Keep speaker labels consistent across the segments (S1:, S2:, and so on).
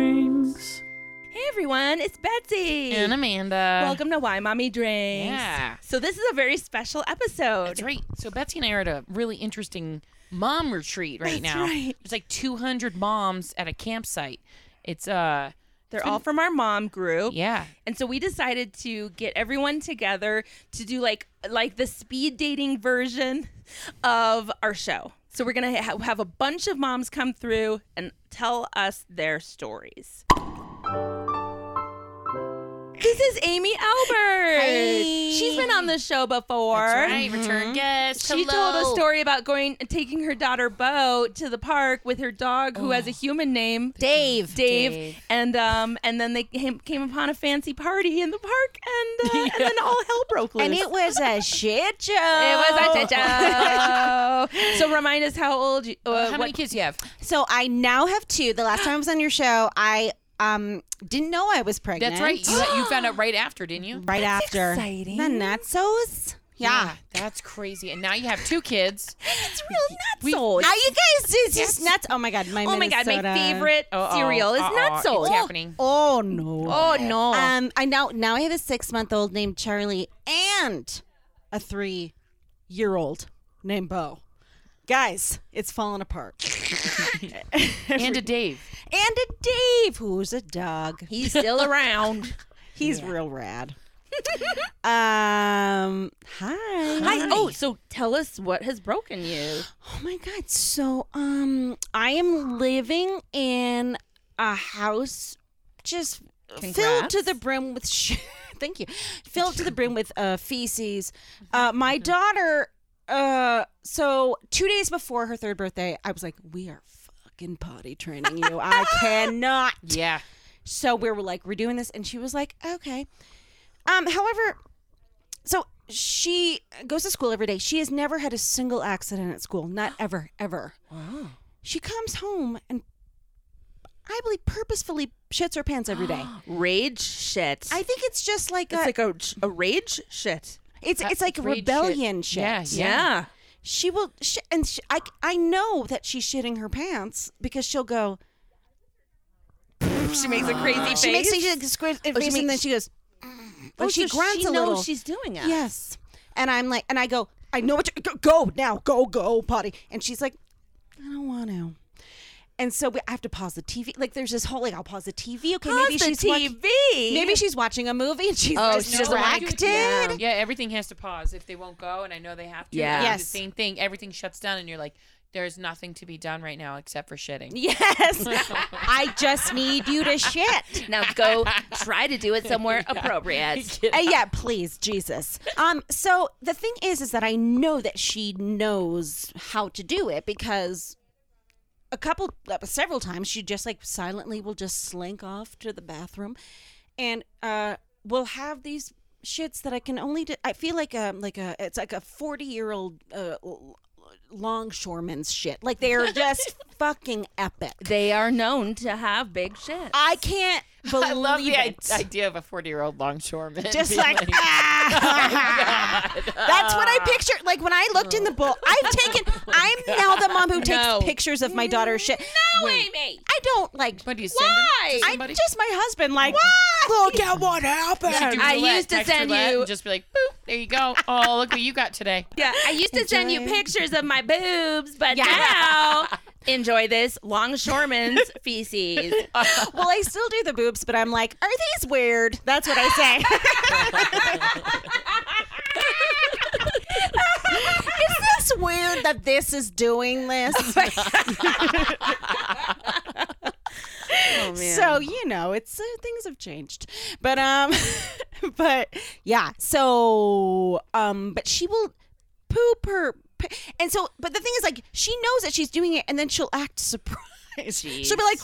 S1: songs.
S2: Hey everyone, it's Betsy.
S3: And Amanda.
S2: Welcome to Why Mommy Drinks.
S3: Yeah.
S2: So this is a very special episode.
S3: That's right. So Betsy and I are at a really interesting mom retreat right
S2: That's
S3: now.
S2: right.
S3: There's like 200 moms at a campsite. It's uh
S2: They're all from our mom group.
S3: yeah.
S2: And so we decided to get everyone together to do like like the speed dating version of our show. So we're going to ha- have a bunch of moms come through and tell us their stories. This is Amy Albert.
S3: Hey.
S2: She's been on the show before.
S3: That's right. Return guest.
S2: Mm-hmm. She
S3: Hello.
S2: told a story about going taking her daughter Bo to the park with her dog who has a human name.
S1: Dave.
S2: Oh. Dave,
S3: Dave.
S2: and um, and then they came, came upon a fancy party in the park, and uh, and then all hell broke loose.
S1: And it was a shit show.
S2: It was a shit show. so remind us how old you. Uh,
S3: How
S2: what-
S3: many kids do you have?
S1: So I now have two. The last time I was on your show, I um didn't know I was pregnant.
S3: That's right. You, you found out right after, didn't you?
S1: right after.
S2: exciting.
S1: The Natsos. Yeah.
S3: That's crazy. And now you have two kids.
S2: It's real nuts.
S3: We-
S2: old.
S1: Now you guys, it's just nuts. Oh my god, my
S2: oh my god, my
S1: Minnesota-
S2: favorite
S3: Uh-oh,
S2: cereal is
S3: uh-oh,
S2: not sold.
S3: It's happening.
S1: Oh no.
S2: Oh no.
S1: Um, I now now I have a six month old named Charlie and a three year old named Bo. Guys, it's falling apart.
S3: And a Dave.
S1: And a Dave, who's a dog. He,
S2: He's still around.
S1: he's real rad. um, hi.
S2: Hi. Oh, so tell us what has broken you.
S1: Oh my god. So um I am living in a house just filled to
S2: Congrats.
S1: the brim with sh- thank you. Filled to the brim with uh feces. Uh my daughter uh so 2 days before her third birthday, I was like, "We are fucking potty training you. I cannot."
S3: Yeah.
S1: So we were like, we're doing this, and she was like, okay. Um, however, so she goes to school every day. She has never had a single accident at school, not ever, ever. Wow. She comes home and I believe purposefully shits her pants every day.
S2: Rage shit.
S1: I think it's just like
S2: it's
S1: a,
S2: like a, a rage shit.
S1: it's it's like
S3: Afraid shit.
S1: rebellion shit.
S3: Yeah, yeah.
S2: Yeah.
S1: She will, sh- and sh I I know that she's shitting her pants because she'll go.
S2: She makes a crazy face.
S1: She makes she squirts,
S2: oh, she
S1: and then
S2: makes-
S1: she goes.
S2: Oh,
S1: Like she
S2: so
S1: grunts
S2: she
S1: a
S2: knows
S1: little.
S2: she's doing it.
S1: Yes. And I'm like, and I go, I know what you go, go now, go, go, potty. And she's like, I don't want to. And so we, I have to pause the TV. Like, there's this whole like, I'll pause the TV. Okay,
S2: Pause
S1: maybe
S2: the
S1: she's watch-
S2: TV.
S1: maybe she's watching a movie and she's
S2: Oh, she doesn't wanna do it.
S1: distracted.
S2: Yeah.
S3: Yeah, everything has to pause if they won't go, and I know they have to.
S2: Yeah.
S3: they do
S1: Yes.
S3: The same thing. Everything shuts down, and you're like, there's nothing to be done right now except for shitting.
S1: Yes, I just need you to shit.
S2: now go try to do it somewhere appropriate.
S1: Uh, yeah, please, Jesus. Um, so the thing is, is that I know that she knows how to do it because a couple, uh, several times, she just like silently will just slink off to the bathroom, and uh, we'll have these shits that I can only. Do, I feel like um like a it's like a forty year old uh, l- longshoreman's shit. Like they are just fucking epic.
S2: They are known to have big shit.
S1: I can't believe
S3: I love the i-
S1: it.
S3: idea of a 40 year old longshoreman.
S1: just
S3: being
S1: like,
S3: Oh
S1: ah. that's what I pictured. Like when I looked in the book, I've taken. I'm now the mom who takes
S3: Oh No.
S1: pictures of my daughter's shit. No,
S2: Amy.
S1: I don't like.
S3: What do you send them to
S1: I
S3: somebody?
S1: just my husband. Like, look at what happened.
S3: Do
S2: I
S3: roulette,
S2: used to
S3: text
S2: send
S3: roulette,
S2: you-
S3: and just be like, boop, there you go. Oh, look what you got today.
S2: Yeah, I used to send you
S1: Enjoy.
S2: pictures of my boobs, but
S1: Yeah.
S2: now enjoy this longshoreman's feces.
S1: Well, I still do the boobs, but I'm like, are these weird? That's what I say. is this weird that this is doing this? So you know, it's uh, things have changed, but um, but yeah. So um, but she will poop her, p- and so but the thing is, like, she knows that she's doing it, and then she'll act surprised. She'll be like,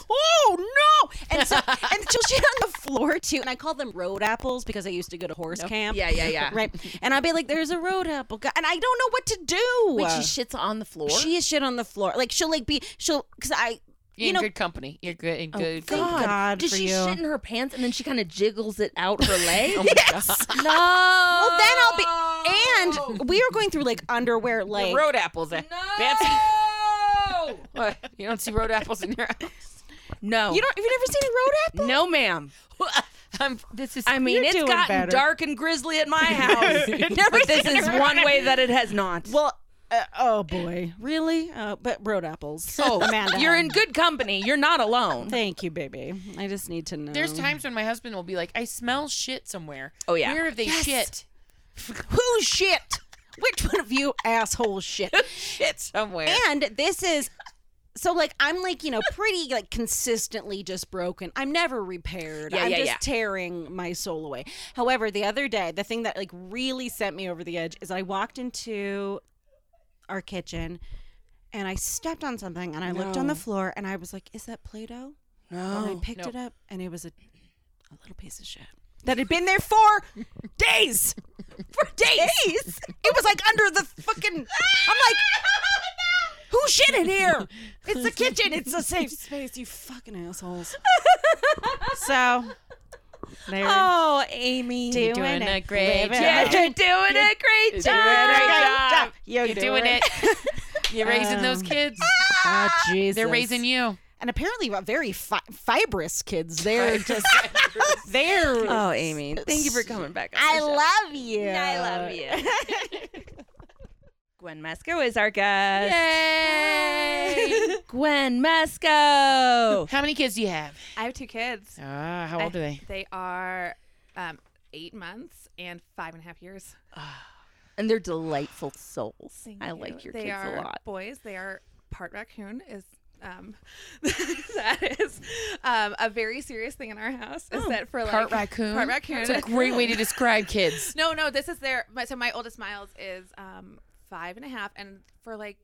S1: "Oh no!" And so and she'll shit on the floor too. And I call them road apples because I used to go to horse camp.
S2: Yeah, yeah, yeah.
S1: Right. And I'll be like, "There's a road apple," guy. and I don't know what to do.
S2: Wait, she shits on the floor.
S1: she is shit on the floor. Like she'll like be she'll because I.
S3: You're
S1: You
S3: in
S1: know,
S3: good company. You're good in good
S1: thank
S3: company.
S1: God
S2: Does
S1: for
S2: she
S1: you.
S2: shit in her pants and then she kind of jiggles it out her leg?
S1: yes.
S2: No. Well,
S1: Well, then I'll be. And we are going through like underwear, like
S3: Road apples. eh? Betsy. you don't see road apples in your house.
S2: No.
S1: You don't. You've never seen a road apple?
S2: No, ma'am.
S3: I'm, this is.
S2: I mean,
S1: You're
S2: it's
S1: doing
S2: gotten
S1: better.
S2: dark and grisly at my house. but this is one way that it has not.
S1: Well, uh, oh boy, really? Uh, but road apples.
S2: Oh,
S1: Amanda,
S2: you're in good company. You're not alone.
S1: Thank you, baby. I just need to know.
S3: There's times when my husband will be like, I smell shit somewhere.
S2: Oh, yeah.
S3: Where have they
S1: Yes.
S3: shit?
S1: Who shit? Which one of you asshole shit?
S3: Shit somewhere.
S1: And this is so like I'm like, you know, pretty like consistently just broken. I'm never repaired.
S2: Yeah,
S1: I'm
S2: yeah,
S1: just
S2: yeah.
S1: tearing my soul away. However, the other day, the thing that like really sent me over the edge is I walked into our kitchen and I stepped on something and I looked on the floor and I was like, is that Play-Doh? And I picked
S3: Nope.
S1: it up and it was a, a little piece of shit that had been there for days. For days. It was like under the fucking. I'm like, who shit in here? It's the kitchen. It's a safe space, you fucking assholes. So, there.
S2: Oh, Amy.
S1: doing,
S3: doing
S1: it.
S3: a great
S1: Living
S2: Yeah,
S1: it.
S2: you're doing a great job.
S1: job. You're,
S3: You're doing it. Ah, You're raising those
S1: Um,
S3: kids.
S1: Oh, Jesus.
S3: They're raising you.
S1: And apparently, uh, very fi- fibrous kids. They're just. they're.
S2: Oh, Amy. Thank you for coming back. on
S1: I
S2: the show.
S1: love you.
S2: I love you. Gwen Masco is our guest.
S3: Yay!
S2: Gwen Masco.
S3: How many kids do you have?
S4: I have two kids.
S3: Ah, how old are they?
S4: They are um, eight months and five and a half years.
S2: and they're delightful souls.
S4: Thank
S2: I
S4: you.
S2: like your
S4: they
S2: kids
S4: are
S2: a lot.
S4: Boys, they are part raccoon. Is um, that is um, a very serious thing in our house. Is that for like
S3: Oh, Part raccoon.
S4: Part raccoon.
S3: It's a great way to describe kids.
S4: No, no, this is their. My, so my oldest Miles is um, five and a half, and for like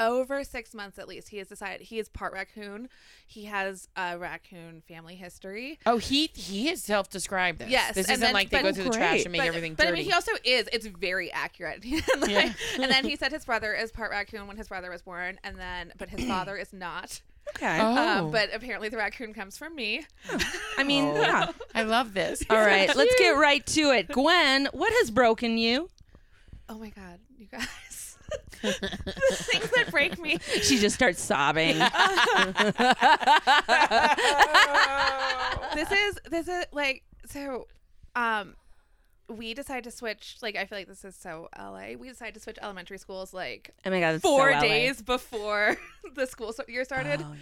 S4: over six months at least, he has decided he is part raccoon. He has a raccoon family history.
S3: Oh, he he is self-described. This.
S4: Yes,
S3: this
S4: and
S3: isn't
S4: then-
S3: like they
S4: but-
S3: go through the trash and make
S4: but,
S3: everything
S4: but I
S3: dirty.
S4: mean, he also is. It's very accurate. and, like- and then he said his brother is part raccoon when his brother was born, and then but his father is not.
S2: Okay.
S3: oh,
S4: Um, but apparently the raccoon comes from me.
S2: I mean,
S3: Oh.
S2: yeah.
S3: I love this.
S2: All right, let's get right to it. Gwen, what has broken you?
S4: Oh my god, you guys. the things that break me.
S2: She just starts sobbing.
S3: Um,
S4: this is this is like so um we decided to switch like i feel like this is so la we decided to switch elementary schools like
S2: Oh my god, that's so
S4: four
S2: LA.
S4: days before the school so- year started
S2: Oh,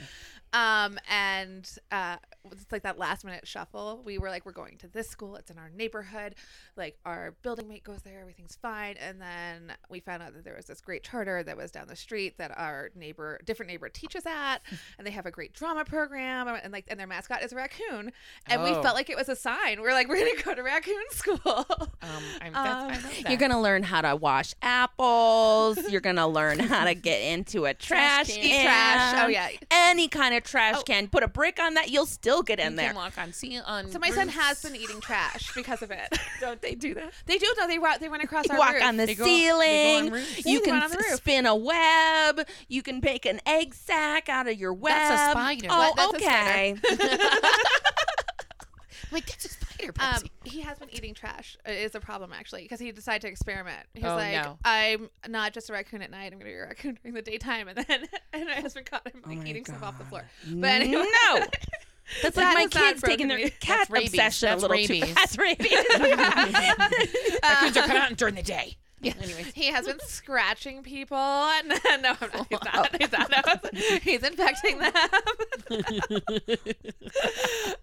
S4: um and uh it's like that last minute shuffle we were like we're going to this school it's in our neighborhood like our building mate goes there everything's fine and then we found out that there was this great charter that was down the street that our neighbor different neighbor teaches at and they have a great drama program and like and their mascot is a raccoon and we
S3: Oh.
S4: felt like it was a sign we're like we're gonna go to raccoon school
S3: Um, I'm, that's, I love that.
S2: You're gonna learn how to wash apples. You're gonna learn how to get into a trash,
S3: can.
S2: can.
S4: Trash. Oh, yeah.
S2: Any kind of trash can. Put a brick on that, you'll still get in
S3: You
S2: there.
S3: Can walk on sea on.
S4: so my son
S3: roofs.
S4: has been eating trash because of it
S2: Don't they do that?
S4: they do no they, wa- they went across our
S2: walk
S4: roof.
S2: on the
S3: They go- they go on
S2: ceiling.
S3: roofs.
S2: you
S4: Yeah,
S2: can
S4: run on the
S2: s-
S4: roof.
S2: spin a web. You can make an egg sack out of your web.
S3: That's a spider.
S2: Oh,
S4: That- that's a
S2: okay.
S4: spider.
S3: Wait, that's a spider.
S4: Um,
S3: Betsy.
S4: he has been eating trash. It is a problem actually because he decided to experiment. He's
S3: Oh,
S4: like,
S3: no.
S4: I'm not just a raccoon at night. I'm gonna be a raccoon during the daytime. And then and my husband caught him like
S2: Oh my
S4: eating stuff off the floor. But
S2: But
S4: anyway,
S2: no. That's like
S4: That
S2: my
S4: has not
S2: kids taking their
S4: broken me.
S2: cat
S3: That's rabies.
S2: obsession
S3: That's
S2: a little too.
S3: rabies.
S2: That's rabies.
S3: Raccoons are coming out during the day. Yeah. Anyways,
S4: he has been scratching people. And no, I'm not. He's not. He's not. No. He's infecting them.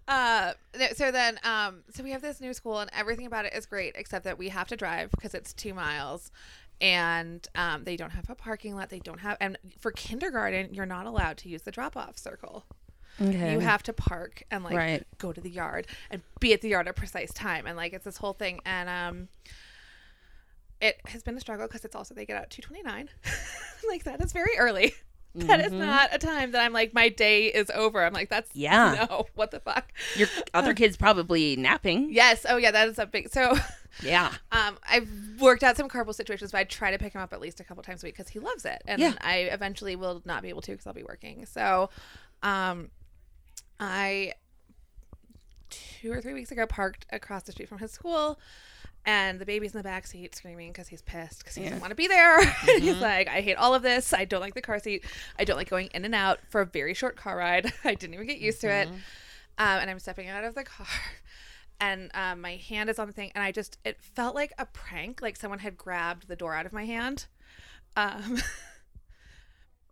S4: uh, no, so then, um, so we have this new school, and everything about it is great, except that we have to drive because it's two miles, and um, they don't have a parking lot. They don't have, and for kindergarten, you're not allowed to use the drop-off circle. You have to park and like
S2: Right.
S4: go to the yard and be at the yard at a precise time, and like it's this whole thing, and um it has been a struggle because it's also they get out at 229 like that is very early That is not a time that i'm like my day is over i'm like that's
S2: Yeah.
S4: no what the fuck
S2: Your other kids probably napping.
S4: yes oh yeah that is a big so
S2: Yeah.
S4: um i've worked out some carpool situations but i try to pick him up at least a couple times a week because he loves it and
S2: Yeah.
S4: i eventually will not be able to because i'll be working so um i two or three weeks ago parked across the street from his school, and the baby's in the back seat screaming because he's pissed because he doesn't want to be there. And he's like, I hate all of this. I don't like the car seat. I don't like going in and out for a very short car ride. I didn't even get used to it. Um, and I'm stepping out of the car. And um, my hand is on the thing, and I just, it felt like a prank, like someone had grabbed the door out of my hand. Um,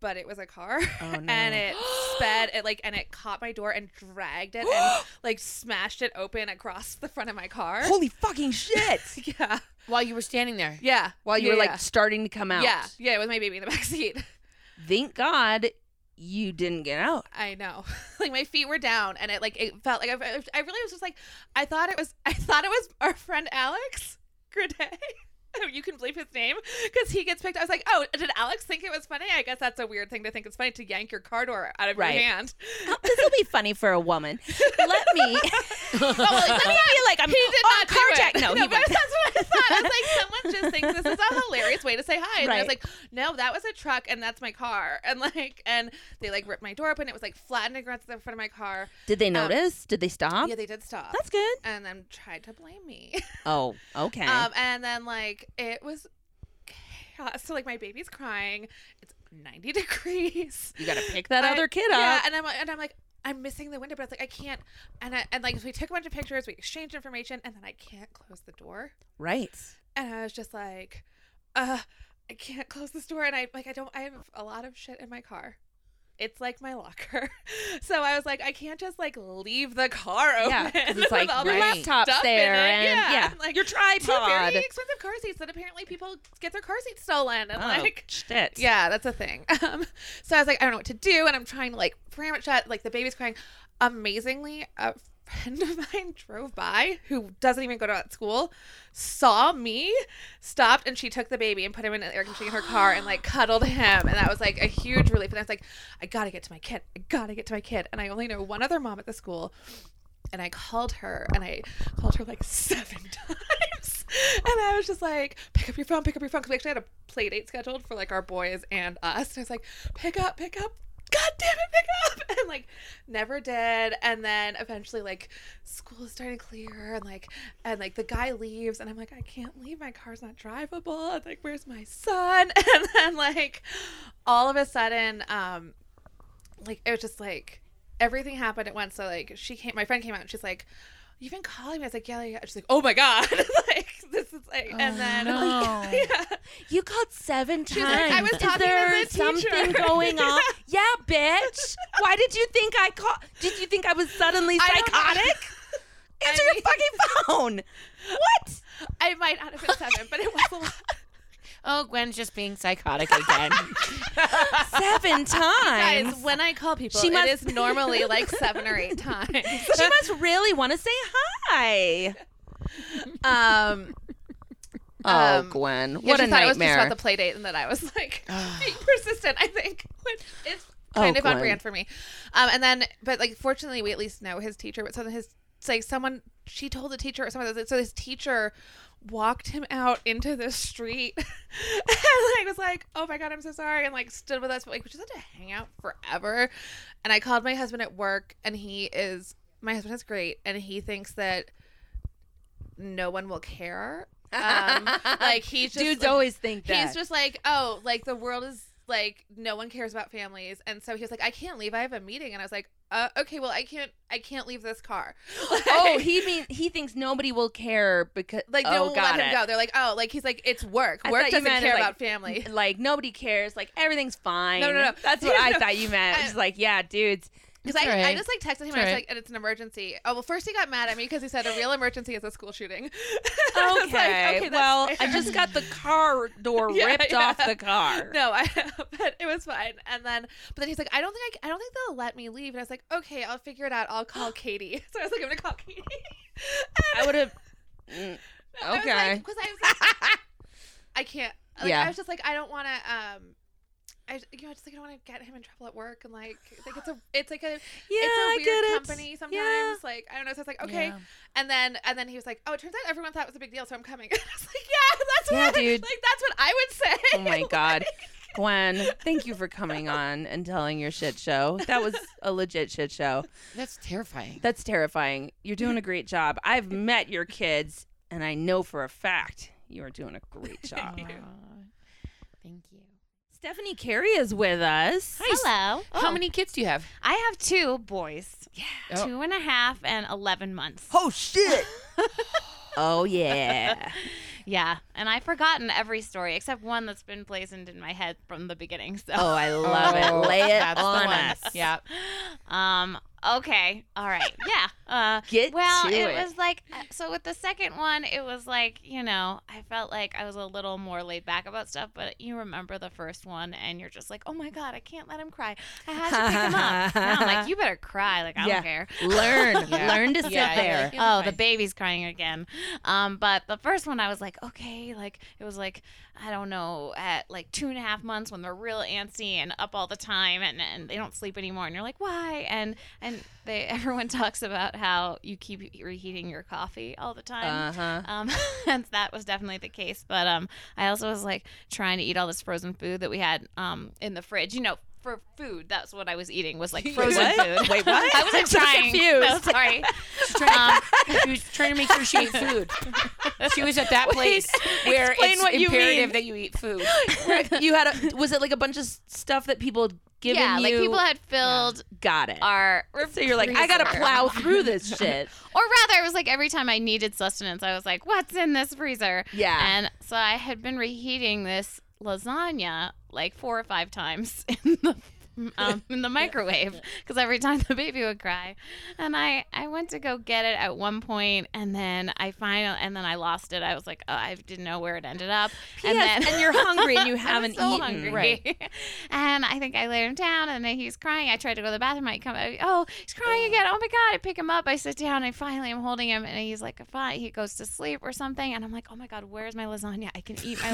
S4: but it was a car
S2: Oh,
S4: and it sped it like and it caught my door and dragged it and like smashed it open across the front of my car
S2: Holy fucking shit!
S4: yeah
S3: While you were standing there.
S4: yeah
S2: While you
S4: Yeah,
S2: were like
S4: yeah.
S2: starting to come out.
S4: yeah yeah it was my baby in the back seat
S2: Thank God you didn't get out.
S4: i know like my feet were down and it like it felt like I, I really was just like i thought it was i thought it was our friend alex Grenet. you can believe his name because he gets picked. I was like, oh, did Alex think it was funny? I guess that's a weird thing to think it's funny to yank your car door out of
S2: Right.
S4: your hand.
S2: Oh, this will be funny for a woman. Let me.
S4: Oh, well, like,
S2: Let me feel like I'm
S4: He did
S2: on
S4: not do
S2: carjack.
S4: it.
S2: Oh, No, he
S4: but
S2: went.
S4: that's what I thought. I was like, someone just thinks this is a hilarious way to say hi. And I
S2: Right.
S4: was like, no, that was a truck, and that's my car. And like, and they like ripped my door open. It was like flattened against the front of my car.
S2: Did they notice? Did they stop?
S4: Um, Yeah, they did stop.
S2: That's good.
S4: and then tried to blame me.
S2: Oh, okay.
S4: Um, and then like it was chaos. So like my baby's crying. It's ninety degrees.
S2: you got to pick that
S4: I-
S2: other kid
S4: Yeah,
S2: up.
S4: and I'm and I'm like I'm missing the window, but I was like I can't. And I, and like so we took a bunch of pictures, we exchanged information, and then I can't close the door.
S2: Right.
S4: And I was just like, uh, I can't close this door, and I like I don't. I have a lot of shit in my car. It's like my locker, so I was like, I can't just like leave the car open.
S2: Yeah, 'cause it's like
S4: with
S2: your
S4: all my
S2: laptop's
S4: stuff in
S2: there
S4: it.
S2: and- yeah,
S4: like,
S2: your
S4: two very
S2: tripod.
S4: expensive car seats that apparently people get their car seats stolen and
S2: Oh,
S4: like
S2: shit.
S4: yeah, that's a thing. Um, so I was like, I don't know what to do, and I'm trying to like cram it shut. Like the baby's crying. Amazingly, a friend of mine drove by who doesn't even go to that school, saw me, stopped, and she took the baby and put him in the air conditioning in her car and like cuddled him, and that was like a huge relief. And I was like, I gotta get to my kid. I gotta get to my kid. And I only know one other mom at the school. And I called her and I called her like seven times. And I was just like, pick up your phone, pick up your phone. Because we actually had a play date scheduled for like our boys and us. And I was like, pick up, pick up. God damn it, pick up. And like, never did. And then eventually, like, school is starting to clear. And like, and like the guy leaves. And I'm like, I can't leave. My car's not drivable. And like, where's my son? And then, like, all of a sudden, um, like it was just like everything happened at once. So like she came, my friend came out, and she's like, "You've been calling me." I was like, "Yeah, yeah." yeah." She's like, "Oh my god!" like this is like,
S2: Oh,
S4: and then
S3: no.
S4: yeah,
S2: You called seven times.
S4: was like, I was
S2: Is
S4: talking to
S2: there
S4: the
S2: something
S4: teacher.
S2: going on? yeah, bitch. Why did you think I called? Did you think I was suddenly
S4: I don't know.
S2: psychotic? Answer your
S4: mean-
S2: fucking phone. What?
S4: I might not have been seven, but it was a lot.
S3: Oh, Gwen's just being psychotic again.
S2: Seven times.
S4: Guys, when I call people,
S2: She
S4: it
S2: must-
S4: is normally like seven or eight times.
S2: she must really want to say hi.
S4: um,
S2: Oh,
S4: Um,
S2: Gwen,
S4: yeah,
S2: what
S4: she
S2: a
S4: thought it was just
S2: nightmare!
S4: about the play date, and that I was like being persistent. I think which is
S2: Oh,
S4: kind of on
S2: Gwen.
S4: brand for me. Um, and then, but like, fortunately, we at least know his teacher. But so then his it's like someone she told the teacher or someone. So his teacher walked him out into the street, and like was like, "Oh my god, I'm so sorry," and like stood with us, but like we just had to hang out forever. And I called my husband at work, and he is my husband is great, and he thinks that no one will care. Um, like he's just
S2: Dudes
S4: like-
S2: always think that.
S4: He's just like, oh, like the world is like no one cares about families, and so he was like, I can't leave. I have a meeting, and I was like, uh, okay, well, I can't, I can't leave this car. Like,
S2: oh, he mean he thinks nobody will care because
S4: like they
S2: oh,
S4: won't
S2: got
S4: let him
S2: it.
S4: go. They're like, oh, like he's like, it's work.
S2: I
S4: work
S2: thought you
S4: doesn't
S2: meant,
S4: care
S2: like,
S4: about family.
S2: Like nobody cares. Like everything's fine.
S4: No, no, no.
S2: That's what I
S4: No.
S2: thought you meant.
S4: I-
S2: It's like, yeah, dudes.
S4: Because I,
S3: all right.
S4: I just like texted him, and I was
S3: all right.
S4: like, and it's an emergency. Oh well, first he got mad at me because he said a real emergency is a school shooting.
S2: Okay.
S4: I was like, okay, that's
S2: well, I
S4: fair.
S2: just got the car door
S4: Yeah,
S2: ripped
S4: yeah.
S2: off the car.
S4: No, I but it was fine. And then, but then he's like, I don't think I, I don't think they'll let me leave. And I was like, okay, I'll figure it out. I'll call Katie. So I was like, I'm gonna call Katie.
S2: I would have.
S4: I
S2: Okay.
S4: was like, 'cause I was like, I can't. Like,
S2: Yeah.
S4: I was just like, I don't want to. Um, I you know, I just like I don't want to get him in trouble at work and like like it's a it's like a
S2: yeah, I
S4: it's a
S2: get
S4: weird
S2: it.
S4: company sometimes.
S2: Yeah.
S4: Like I don't know. So I was like, okay.
S3: Yeah.
S4: And then and then he was like, oh, it turns out everyone thought it was a big deal, so I'm coming. I was like, yeah, that's
S2: Yeah,
S4: what I-
S2: dude.
S4: Like that's what I would say.
S2: Oh my god. Gwen, thank you for coming on and telling your shit show. That was a legit shit show.
S3: That's terrifying.
S2: That's terrifying. You're doing a great job. I've met your kids, and I know for a fact you are doing a great job.
S3: Aw, Thank you.
S2: Stephanie Carey is with us.
S5: Hello.
S3: How many kids do you have?
S5: I have two boys. Yeah.
S3: Oh.
S5: Two and a half and 11 months.
S2: Oh shit. oh yeah.
S5: Yeah. And I've forgotten every story except one that's been blazoned in my head from the beginning. So.
S2: Oh, I love
S3: Oh,
S2: it. Lay it
S3: that's the
S2: on
S3: one.
S2: us.
S3: Yeah.
S5: Um. Okay. All right. Yeah. Uh,
S2: Get
S5: well,
S2: to
S5: it,
S2: it.
S5: was like uh, so with the second one, it was like you know I felt like I was a little more laid back about stuff, but you remember the first one, and you're just like, oh my god, I can't let him cry. I have to pick him up. Now I'm like, you better cry. Like I
S2: Yeah.
S5: don't care.
S2: Learn.
S3: Yeah.
S2: Learn to sit
S3: Yeah, you're
S2: there.
S3: like, You'll be
S5: Oh, the
S3: fine.
S5: baby's crying again. Um, but the first one, I was like, okay, like it was like I don't know, at like two and a half months when they're real antsy and up all the time and, and they don't sleep anymore, and you're like, why? And and they everyone talks about how you keep reheating your coffee all the time.
S2: Uh-huh.
S5: Um, and that was definitely the case. But um, I also was like trying to eat all this frozen food that we had um in the fridge. You know, for food, that's what I was eating was like frozen
S2: What?
S5: food.
S2: Wait, what?
S5: I wasn't
S2: I'm so
S5: trying. No,
S2: confused.
S5: sorry.
S3: She's trying, she was trying Um, to make sure she ate food. She was at that place where
S2: explain
S3: it's
S2: what you
S3: imperative
S2: mean.
S3: that you eat food.
S2: you had a was it like a bunch of stuff that people had given
S5: yeah,
S2: you?
S5: like people had filled
S2: got it.
S5: our.
S2: so you're like, I gotta
S5: freezer.
S2: plow through this shit.
S5: Or rather, it was like every time I needed sustenance, I was like, "What's in this freezer?"
S2: Yeah.
S5: And so I had been reheating this lasagna like four or five times in the um, in the microwave because every time the baby would cry, and I I went to go get it at one point, and then I finally and then I lost it. I was like, oh, I didn't know where it ended up.
S2: Yes,
S5: then
S2: and you're hungry and you
S5: I'm
S2: haven't
S5: so
S2: eaten.
S5: hungry.
S2: Right.
S5: and I think I laid him down, and then he's crying. I tried to go to the bathroom. I come, I- oh, he's crying again. Oh my god! I pick him up. I sit down. I finally am holding him, and he's like, fine. He goes to sleep or something, and I'm like, oh my god, where's my lasagna? I can eat my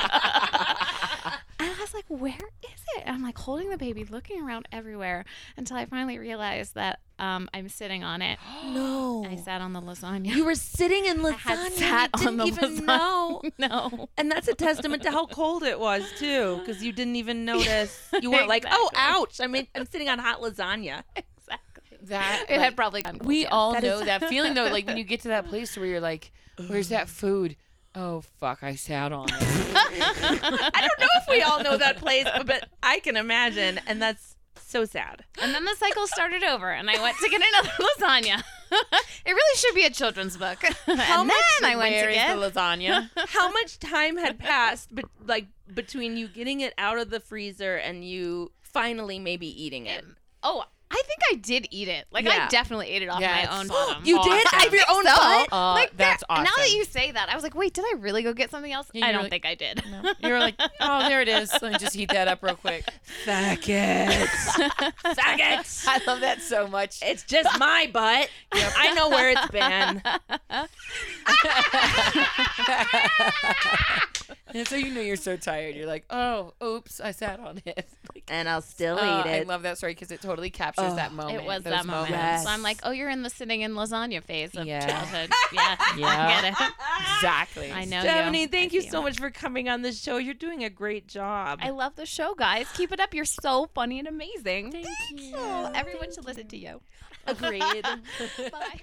S5: lasagna. And I was like, where is it? And I'm like holding the baby, looking around everywhere until I finally realized that um, I'm sitting on it.
S2: No.
S5: I sat on the lasagna.
S2: You were sitting in lasagna.
S5: I had
S2: and
S5: sat
S2: you
S5: on
S2: didn't
S5: the
S2: even
S5: lasagna.
S2: know.
S5: no.
S2: And that's a testament to how cold it was too, because you didn't even notice. You weren't like, "Oh,
S5: Exactly.
S2: ouch! I mean, I'm sitting on hot lasagna."
S5: Exactly.
S3: That
S5: It
S3: like,
S5: had probably gone.
S3: we
S5: cold,
S3: all
S2: That
S3: know
S2: is-
S3: that feeling though. Like when you get to that place where you're like, "Where's that food?" Oh fuck, I sat on it.
S2: I don't know if we all know that place, but I can imagine, and that's so sad.
S5: yeah. And then the cycle started over, and I went to get another lasagna. it really should be a children's book. and then I went to get.
S3: the lasagna?
S2: How much time had passed, but like between you getting it out of the freezer and you finally maybe eating it?
S5: oh, I think I did eat it. Like
S2: Yeah.
S5: I definitely ate it off
S3: Yeah,
S5: my own
S3: it's-
S5: bottom.
S2: You did
S3: Awesome.
S2: out of your own
S5: So,
S2: butt.
S3: Uh,
S5: like
S3: that's
S5: there- Now that
S3: awesome.
S5: you say that, I was like, wait, did I really go get something else?
S3: Yeah,
S5: I
S3: you're
S5: don't
S3: like-
S5: think I did.
S3: You were like, "Oh, there it is. Let me just heat that up real quick."
S2: Fuck it. Fuck it.
S3: I love that so much.
S2: It's just my butt. I know where it's been.
S3: And so you know you're so tired. You're like, "Oh, oops, I sat on it." Like,
S2: And I'll still
S3: oh,
S2: eat
S3: I
S2: it.
S3: love that story because it totally captures
S2: Oh.
S3: that moment.
S5: it was
S3: those
S5: that moment.
S3: moments.
S5: So I'm like, oh, you're in the sitting in lasagna phase of
S3: Yeah.
S5: childhood. Yeah.
S3: Yeah.
S5: I get it.
S3: Exactly.
S5: I know.
S2: Stephanie,
S5: you.
S2: thank
S5: I
S2: you
S5: do.
S2: so much for coming on the show. You're doing a great job.
S5: I love the show, guys. Keep it up. You're so funny and amazing. Thank, you. Everyone should listen to you.
S2: agreed.
S5: Bye.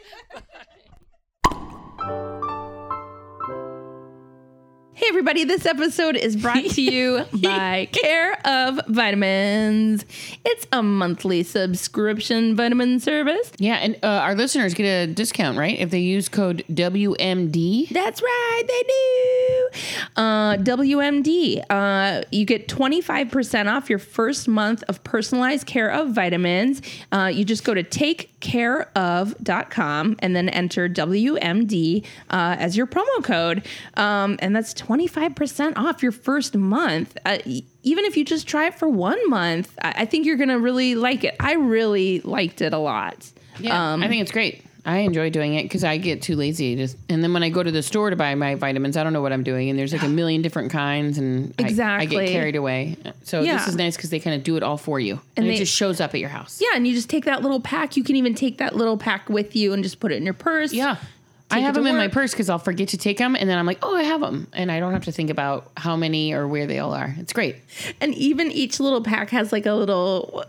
S6: Hey, everybody, this episode is brought to you by Care of Vitamins. It's a monthly subscription vitamin service.
S7: Yeah, and uh, our listeners get a discount, right? If they use code WMD.
S6: That's right, they do. Uh, WMD, uh, you get 25% off your first month of personalized care of vitamins. Uh, you just go to takecareof.com and then enter WMD uh, as your promo code. Um, and that's 25% off your first month. Uh, e- even if you just try it for one month, I, I think you're going to really like it. I really liked it a lot.
S7: Yeah, I think it's great. Um, I enjoy doing it because I get too lazy. To, and then when I go to the store to buy my vitamins, I don't know what I'm doing. And there's like a million different kinds, and I- I,
S6: Exactly.
S7: get carried away. So
S6: Yeah.
S7: this is nice because they kind of do it all for you, and,
S6: they-
S7: it just shows up at your house.
S6: Yeah, and you just take that little pack. You can even take that little pack with you and just put it in your purse.
S7: Yeah.
S3: I
S2: take it
S3: have
S2: to
S3: them in my
S2: work.
S3: purse because I'll forget to take them, and then I'm like, oh, I have them, and I don't have to think about how many or where they all are. It's great.
S2: and even each little pack has like a little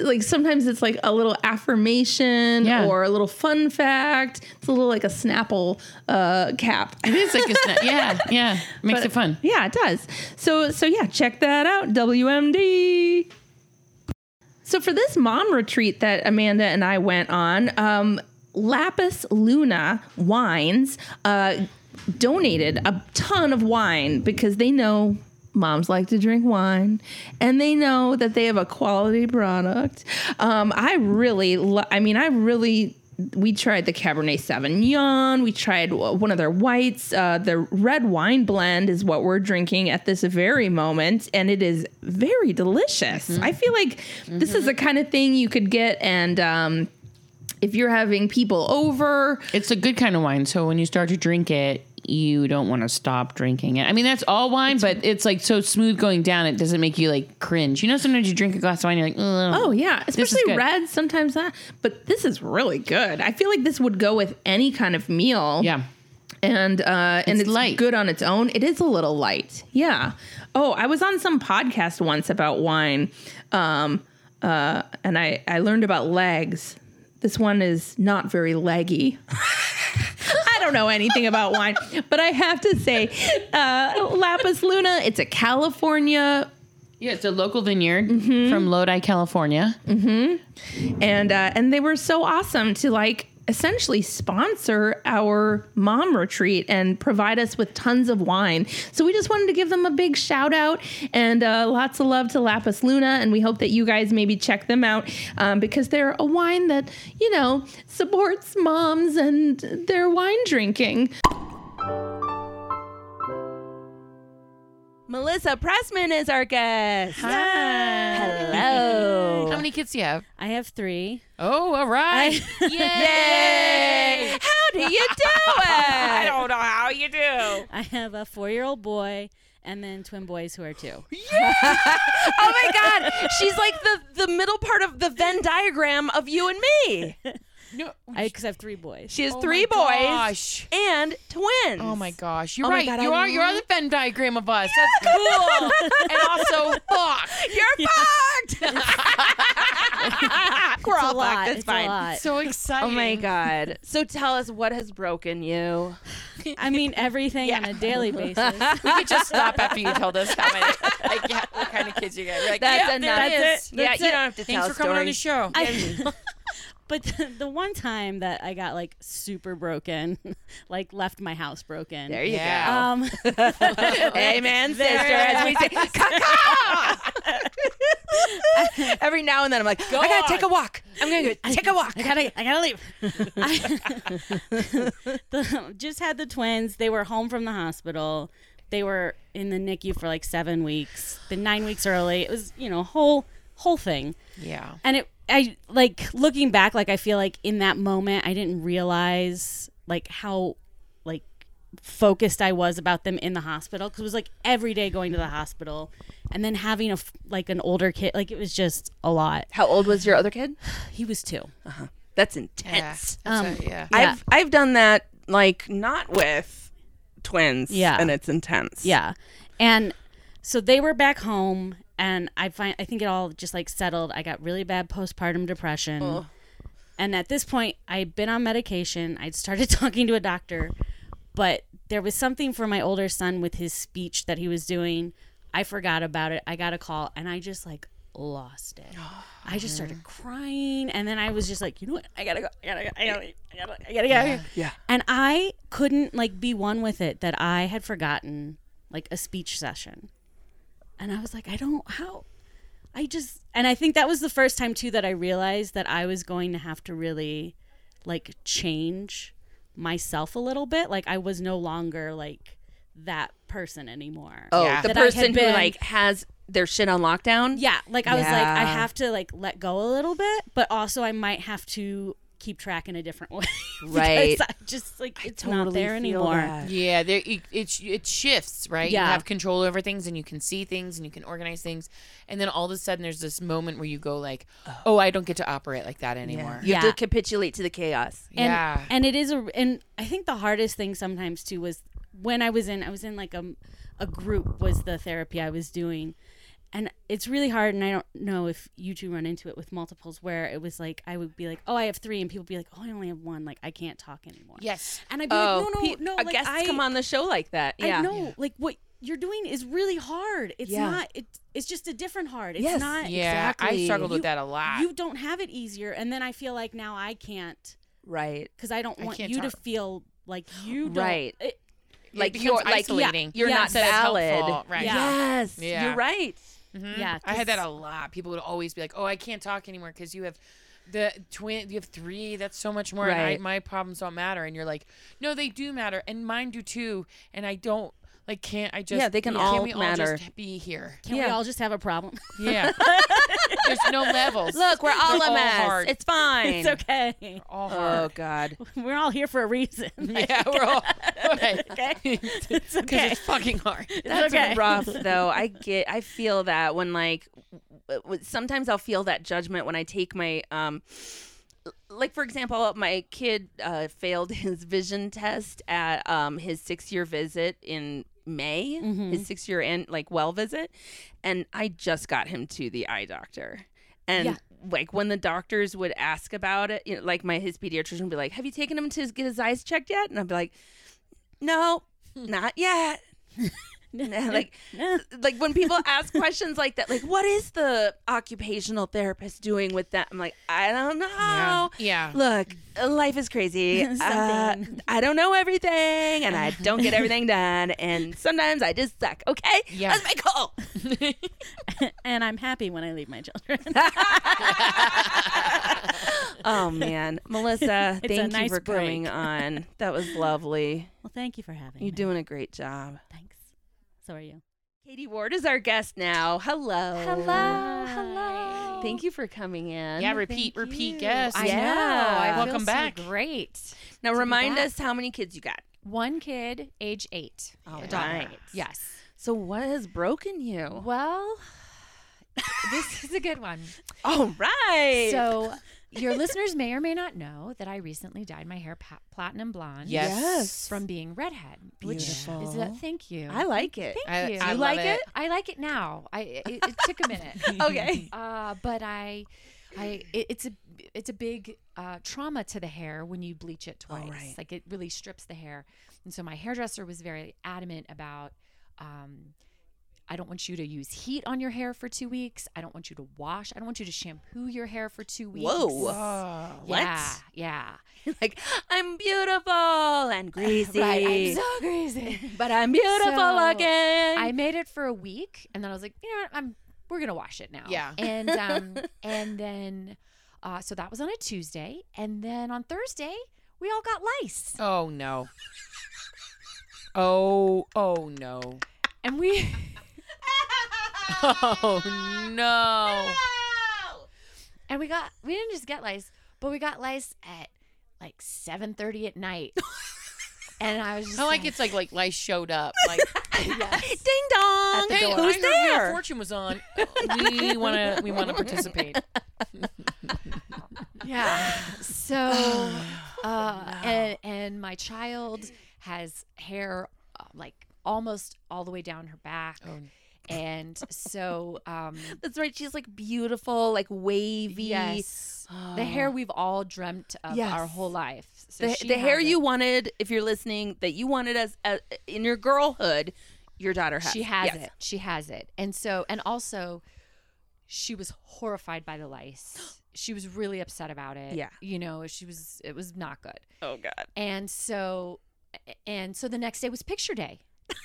S2: like sometimes it's like a little affirmation
S3: Yeah.
S2: or a little fun fact it's a little like a snapple uh cap
S3: It is like a snack. yeah, yeah, makes it fun.
S2: yeah it does so so yeah check that out wmd so for this mom retreat that amanda and i went on um lapis luna wines uh donated a ton of wine because they know moms like to drink wine and they know that they have a quality product. Um, I really, lo- I mean, I really. We tried the Cabernet Sauvignon. We tried w- one of their whites. Uh, the red wine blend is what we're drinking at this very moment, and it is very delicious.
S3: Mm-hmm.
S2: I feel like this is the kind of thing you could get, and um, if you're having people over,
S3: It's a good kind of wine. So when you start to drink it, you don't want to stop drinking it. I mean, that's all wine, but it's like so smooth going down. It doesn't make you like cringe. You know, sometimes you drink a glass of wine, you're like,
S2: Oh yeah,
S3: is
S2: especially
S3: good.
S2: red. Sometimes that, but this is really good. I feel like this would go with any kind of meal.
S3: yeah.
S2: and uh, and it's,
S3: light.
S2: good on its own. It is a little light. Yeah. Oh, I was on some podcast once about wine, um, uh, and I I learned about legs. This one is not very leggy. I don't know anything about wine, but I have to say, uh, Lapis Luna. It's a California
S3: Yeah, it's a local vineyard from Lodi, California.
S2: and uh, and they were so awesome to like essentially sponsor our mom retreat and provide us with tons of wine. So we just wanted to give them a big shout out and uh, lots of love to Lapis Luna, and we hope that you guys maybe check them out um, because they're a wine that you know supports moms and their wine drinking.
S5: Melissa Pressman is our guest. Hello.
S8: How many kids do you have?
S5: I have three.
S8: Oh, all right.
S5: Yay! How do you do
S8: I
S5: it?
S8: don't know how you do.
S9: I have a four year old boy and then twin boys who are two.
S1: Oh my God. She's like the, the middle part of the Venn diagram of you and me.
S9: I, cause I have three boys.
S1: She has
S8: Oh
S1: three
S8: my
S1: boys
S8: gosh.
S1: and twins.
S8: Oh my gosh, you're
S1: Oh my
S8: right.
S1: God,
S8: you
S1: I
S8: are. You are
S1: love-
S8: the Venn diagram of us. That's cool. and also, fuck.
S1: You're fucked. We're all fucked. That's
S9: it's
S1: fine.
S9: a lot.
S8: So exciting.
S1: Oh my God. So tell us what has broken you.
S9: I mean, everything on a daily basis.
S8: We could just stop after you told us how many, like, yeah, what kind of kids you got. You're like,
S1: That's
S8: yeah,
S1: enough.
S8: there it is.
S1: yeah, you don't have to
S8: Thanks
S1: tell
S8: for coming on the
S1: stories.
S8: show.
S9: I- but the, the one time that I got like super broken, like left my house broken.
S1: There you
S8: Yeah.
S9: um,
S1: Oh, go. Amen, sister. As we say, "Caca!" Every now and then, I'm like, I gotta take a walk. I'm gonna go take a walk.
S9: I gotta, I gotta leave. I- the- just had the twins. They were home from the hospital. They were in the NICU for like seven weeks. Then nine weeks early. It was, you know, whole whole thing.
S8: yeah.
S9: And it, I like looking back. Like I feel like in that moment, I didn't realize like how like focused I was about them in the hospital because it was like every day going to the hospital, and then having a f- like an older kid. Like it was just a lot.
S1: How old was your other kid?
S9: He was two.
S1: That's intense.
S8: That's it, yeah.
S9: Um, Yeah.
S10: I've I've done that like not with twins.
S9: Yeah.
S10: And it's intense.
S9: Yeah. And so they were back home and I find I think it all just like settled. I got really bad postpartum depression. And at this point I'd been on medication. I'd started talking to a doctor, but there was something for my older son with his speech that he was doing. I forgot about it. I got a call and I just like lost it. I just started crying and then I was just like, you know what? I gotta go. I gotta go. I gotta, I gotta, I gotta go.
S10: Yeah.
S9: And I couldn't like be one with it that I had forgotten like a speech session. And I was like, I don't how I just and I think that was the first time too that I realized that I was going to have to really like change myself a little bit. Like I was no longer like that person anymore.
S1: Oh,
S8: Yeah.
S1: the
S9: That I had
S1: person who
S9: been-
S1: like has their shit on lockdown.
S9: Yeah, like I was like I
S1: Yeah.
S9: have to like let go a little bit, but also I might have to keep track in a different way. Because
S2: Right.
S9: I just like it's not
S2: Totally
S9: there
S2: feel
S9: anymore.
S2: that.
S3: Yeah, there it, it it shifts, right?
S9: Yeah.
S3: You have control over things and you can see things and you can organize things. And then all of a sudden there's this moment where you go like, "Oh, I don't get to operate like that anymore."
S2: You
S9: Yeah.
S2: have to capitulate to the chaos.
S9: and
S3: Yeah.
S9: and it is a and i think the hardest thing sometimes too was when i was in i was in like a, a group was the therapy i was doing and it's really hard and i don't know if you two run into it with multiples where it was like i would be like oh i have three and people would be like oh i only have one like i can't talk anymore
S3: Yes.
S9: and i'd be
S2: Oh,
S9: like no no
S11: pe-
S9: no
S11: uh,
S9: like,
S11: guests
S9: Oh, I,
S11: come on the show like that. Yeah.
S9: I know like what you're doing is really hard it's
S2: Yeah.
S9: not it, it's just a different hard it's
S2: Yes.
S9: not
S3: Yeah, I
S2: Exactly.
S3: struggled
S9: You-
S3: with that a lot.
S9: you don't have it easier and then i feel like now i can't
S2: Right.
S9: because I don't
S3: I
S9: want
S3: can't
S9: you to
S3: talk.
S9: feel like you don't.
S2: Right.
S9: It-
S3: It
S2: like,
S3: becomes
S2: you're- like, yeah,
S3: isolating.
S2: you're
S9: not
S3: Instead of
S2: valid.
S3: helpful, Right.
S9: Yeah.
S2: Yes.
S3: Yeah.
S2: You're right.
S3: Mhm.
S9: Yeah,
S3: I had
S9: 'cause-
S3: that a lot. People would always be like, "Oh, I can't talk anymore because you have the twin. You have three. That's so much more. And I,
S2: Right.
S3: my problems don't matter." And you're like, "No, they do matter, and mine do too. And I don't like. Can't I just?
S2: Yeah, they can
S3: can't
S2: all
S3: we
S2: matter.
S3: All just be here.
S9: Can we
S2: Yeah.
S9: all just have a problem?
S3: Yeah. There's no levels.
S2: Look, we're all
S3: They're
S2: a
S3: all
S2: mess.
S3: hard.
S2: It's fine.
S9: it's okay.
S3: all
S2: Oh
S3: hard.
S2: God.
S9: We're all here for a reason.
S3: yeah, we're all right.
S9: Okay. It's
S3: Because
S9: okay.
S3: it's fucking hard.
S2: That's
S9: okay.
S2: rough though. I get I feel that when like w- w- sometimes I'll feel that judgment when I take my um l- like for example, my kid uh, failed his vision test at um, his six-year visit in May, his six-year and like well visit, and I just got him to the eye doctor. And
S9: Yeah.
S2: like when the doctors would ask about it, you know, like my his pediatrician would be like, "Have you taken him to get his eyes checked yet?" And I'd be like, "No, not yet." Nah, like
S9: Nah.
S2: like when people ask questions like that like what is the occupational therapist doing with that i'm like i don't know
S3: Yeah.
S2: look life is crazy uh,
S9: Something.
S2: i don't know everything and i don't get everything done and sometimes i just suck okay
S3: Yeah.
S2: that's my goal
S9: and I'm happy when I leave my children.
S2: oh man melissa
S9: It's a
S2: thank you
S9: nice
S2: for coming
S9: break.
S2: on that was lovely
S9: well, thank you for having
S2: you're
S9: me.
S2: doing a great job
S9: Thanks. So are you.
S2: katie ward is our guest now hello
S12: Hello, hello.
S2: thank you for coming in
S8: Oh,
S3: Yeah. Repeat. Repeat. Yes.
S12: I
S2: Yeah.
S12: know. I
S3: Welcome
S12: feel so
S3: back.
S12: great.
S2: now
S12: be
S2: remind
S12: back.
S2: us how many kids you got
S12: One kid, age eight.
S2: All
S12: Adult.
S2: right.
S12: Yes.
S2: So what has broken you?
S12: Well, this is a good one.
S2: All right.
S12: So, your listeners may or may not know that I recently dyed my hair pa- platinum blonde.
S3: Yes. Yes.
S12: From being redhead, which is a,
S2: Beautiful.
S12: thank you.
S2: I like it.
S12: Thank
S3: I-
S12: you.
S3: I
S12: You
S3: love
S12: like
S3: it.
S12: I like it now. I it, it took a minute.
S2: Okay.
S12: Uh, but I, I it, it's a it's a big uh, trauma to the hair when you bleach it twice. Like it really strips the hair. And so my hairdresser was very adamant about. Um, I don't want you to use heat on your hair for two weeks. I don't want you to wash. I don't want you to shampoo your hair for two weeks.
S2: Whoa. What?
S12: Yeah, yeah.
S2: like I'm beautiful and greasy,
S12: Right. I'm so crazy.
S2: but I'm beautiful
S12: So,
S2: again.
S12: I made it for a week, and then I was like, you know what, I'm we're gonna wash it now.
S3: Yeah.
S12: And um, and then, uh, so that was on a Tuesday, and then on Thursday we all got lice,
S3: Oh no. Oh, oh no.
S12: and we
S3: Oh no.
S12: and we got we didn't just get lice, but we got lice at like seven thirty at night. And I was just
S3: I like it's like like life showed up. Like
S12: yes.
S2: Ding dong.
S12: At the
S3: hey,
S12: door.
S3: who's
S2: Who's
S3: there?
S2: there?
S3: Fortune was on. We want to we want to participate.
S12: yeah. So,
S2: Oh,
S12: uh, and, and my child has hair uh, like almost all the way down her back.
S2: Oh,
S12: And so, um,
S2: That's right. She's like beautiful, like wavy.
S12: yes, the hair we've all dreamt of our
S2: Oh. Yes.
S12: whole life. So
S2: The,
S12: she
S2: the hair
S12: has it.
S2: you wanted, if you're listening, that you wanted as, as in your girlhood, your daughter has.
S12: She has
S2: Yes.
S12: it. She has it. And so, and also, she was horrified by the lice. She was really upset about it.
S2: Yeah.
S12: You know, she was, it was not good.
S2: Oh God.
S12: And so, and so the next day was picture day.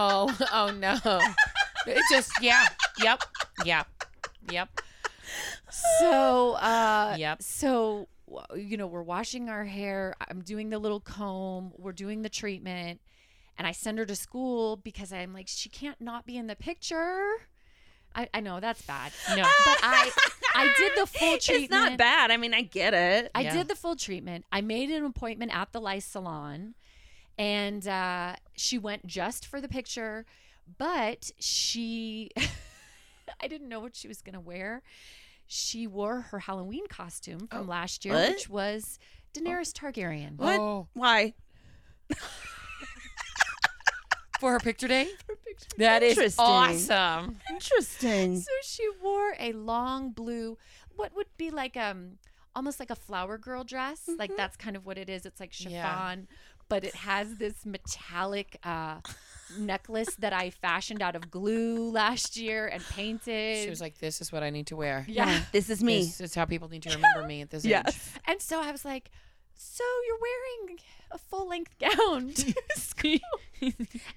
S3: Oh, oh no. It just yeah. Yep. Yep. Yep.
S12: So, uh,
S3: Yep.
S12: so w- you know, we're washing our hair. I'm doing the little comb. We're doing the treatment, and I send her to school because I'm like, she can't not be in the picture. I, I know that's bad. No, but I I did the full treatment.
S2: It's not bad. I mean, I get it.
S12: I did the full treatment. I made an appointment at the Lice Salon, and uh, she went just for the picture, but she, I didn't know what she was going to wear. She wore her Halloween costume from last year,
S2: Oh, what? Oh.
S12: which was Daenerys Targaryen.
S2: What? Why?
S3: For her picture day?
S2: That is
S12: Awesome.
S2: Interesting.
S12: So she wore a long blue, what would be like um almost like a flower girl dress. Like
S3: Mm-hmm.
S12: that's kind of what it is. It's like chiffon, but it has this metallic uh necklace that I fashioned out of glue last year and painted.
S3: She was like, this is what I need to wear.
S12: yeah.
S2: This is me.
S3: This is how people need to remember me at this age.
S2: Yes.
S12: And so I was like, so you're wearing a full length gown to school.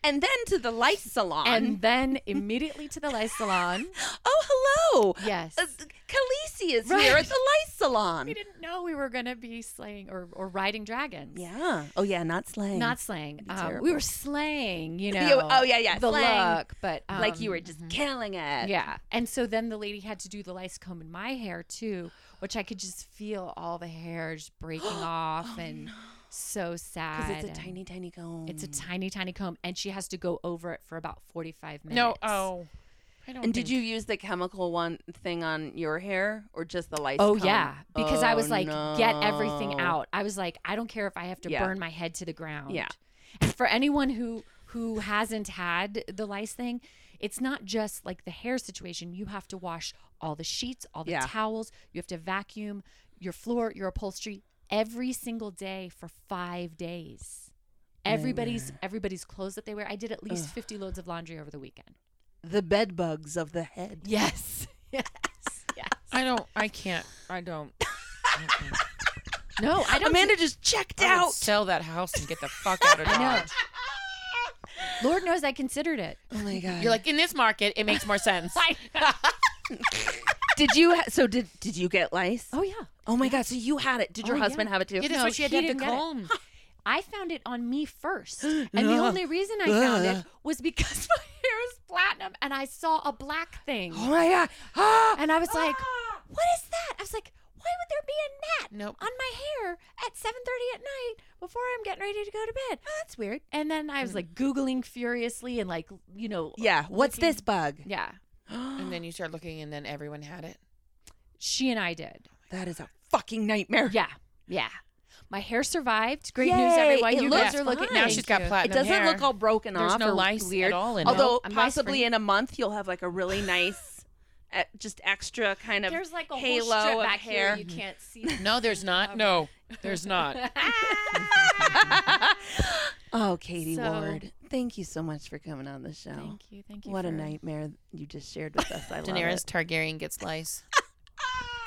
S2: And then to the light salon.
S12: and then immediately to the Lice Salon.
S2: oh, hello.
S12: Yes.
S2: Uh, Khaleesi is here at the light salon.
S12: We didn't know we were going to be slaying or, or riding dragons.
S2: Yeah. Oh, yeah. Not slang.
S12: Not slaying. Um, we were slaying, you know.
S2: oh, yeah, yeah,
S12: The
S2: slaying.
S12: look, but um,
S2: like you were just killing it.
S12: Yeah, and so then the lady had to do the lice comb in my hair too, which I could just feel all the hair just breaking off, and so sad.
S2: Because Oh,
S12: and
S2: it's a tiny, Mm. tiny comb.
S12: It's a tiny, tiny comb, and she has to go over it for about forty-five minutes.
S3: No, oh. I don't
S2: And did you use the chemical one thing on your hair or just the lice?
S12: Oh
S2: comb?
S12: yeah, because I
S2: Oh,
S12: was like, get everything
S2: no.
S12: out. I was like, I don't care if I have to
S2: Yeah.
S12: burn my head to the ground.
S2: Yeah.
S12: And for anyone who who hasn't had the lice thing, it's not just like the hair situation. You have to wash all the sheets, all the
S2: Yeah.
S12: towels. You have to vacuum your floor, your upholstery every single day for five days. Everybody's everybody's clothes that they wear. I did at least fifty loads of laundry over the weekend.
S2: The bed bugs of the head.
S12: Yes. Yes. yes.
S3: I don't. I can't. I don't.
S12: No, I don't.
S2: Amanda just checked
S3: I would
S2: out.
S3: Sell that house and get the fuck out of Dodge.
S12: Lord knows I considered it.
S2: Oh my god.
S3: You're like in this market, it makes more sense.
S2: did you? Ha- so did did you get lice?
S12: Oh yeah.
S2: Oh my god. So you had it. Did your
S12: Oh, yeah.
S2: husband have it too?
S3: Yeah, that's why she had
S12: he
S3: to have the
S12: didn't get it.
S3: comb.
S12: I found it on me first. And the only reason I found it was because my hair is platinum and I saw a black thing.
S2: Oh my god. Ah!
S12: And I was like, what is that? I was like, why would there be a gnat
S3: Nope.
S12: on my hair at 7.30 at night before I'm getting ready to go to bed? "Oh, that's weird. And then I was like Googling furiously and like, you know.
S2: Yeah. What's
S12: looking-
S2: this bug?
S12: Yeah.
S3: and then you start looking, and then everyone had it.
S12: She and I did.
S2: That is a fucking nightmare.
S12: Yeah. Yeah. My hair survived. Great news, everyone.
S2: It
S12: you
S2: looks
S12: guys are looking.
S2: fine.
S3: Now she's got
S2: It
S3: platinum
S2: doesn't
S3: hair.
S2: look all broken
S3: There's
S2: off.
S3: no
S2: or
S3: lice
S2: weird.
S3: at all in it.
S2: Although
S12: Nope, I'm
S2: possibly
S12: lice-free.
S2: in a month you'll have like a really nice, uh, just extra kind of
S12: There's like a
S2: halo
S12: whole strip
S2: of
S12: back
S2: hair.
S12: here you can't see.
S3: No, there's not. No, there's not.
S2: oh, Katie
S12: So-
S2: Ward, thank you so much for coming on the show.
S12: Thank you, thank you.
S2: What a
S12: for-
S2: nightmare you just shared with us. I love
S13: Daenerys
S2: it.
S13: Targaryen gets lice.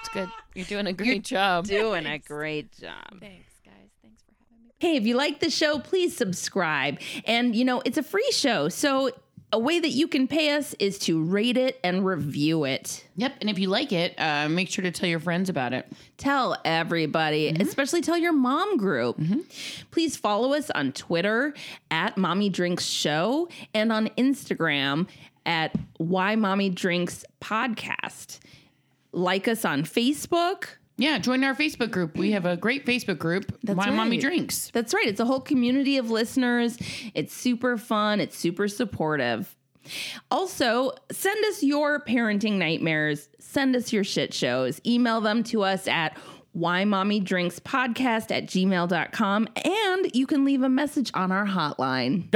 S13: It's good. You're doing a great job.
S2: Doing a great job.
S12: Thanks, guys. Thanks for having me.
S14: Hey, if you like the show, please subscribe. And, you know, it's a free show. So a way that you can pay us is to rate it and review it.
S13: Yep. And if you like it, uh, make sure to tell your friends about it.
S14: Tell everybody, especially tell your mom group. Please follow us on Twitter at Mommy Drinks Show and on Instagram at Why Mommy Drinks Podcast. Like us on Facebook.
S13: Yeah, join our Facebook group. We have a great Facebook group.
S14: That's
S13: Why Mommy
S14: right.
S13: Drinks.
S14: That's right. It's a whole community of listeners. It's super fun, it's super supportive. Also, send us your parenting nightmares, send us your shit shows, email them to us at why mommy drinks podcast at gmail.com and you can leave a message on our hotline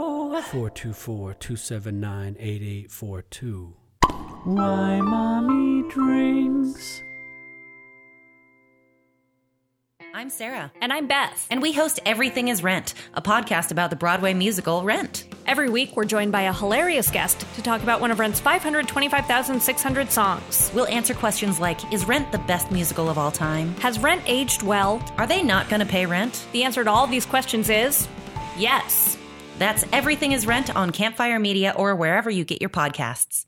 S15: 424 279 8842.
S9: I'm Sarah. And I'm Beth. And we host Everything is Rent, a podcast about the Broadway musical Rent. Every week, we're joined by a hilarious guest to talk about one of Rent's 525,600 songs. We'll answer questions like Is Rent the best musical of all time? Has Rent aged well? Are they not going to pay rent? The answer to all these questions is yes. That's Everything is Rent on Campfire Media or wherever you get your podcasts.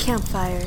S16: Campfire.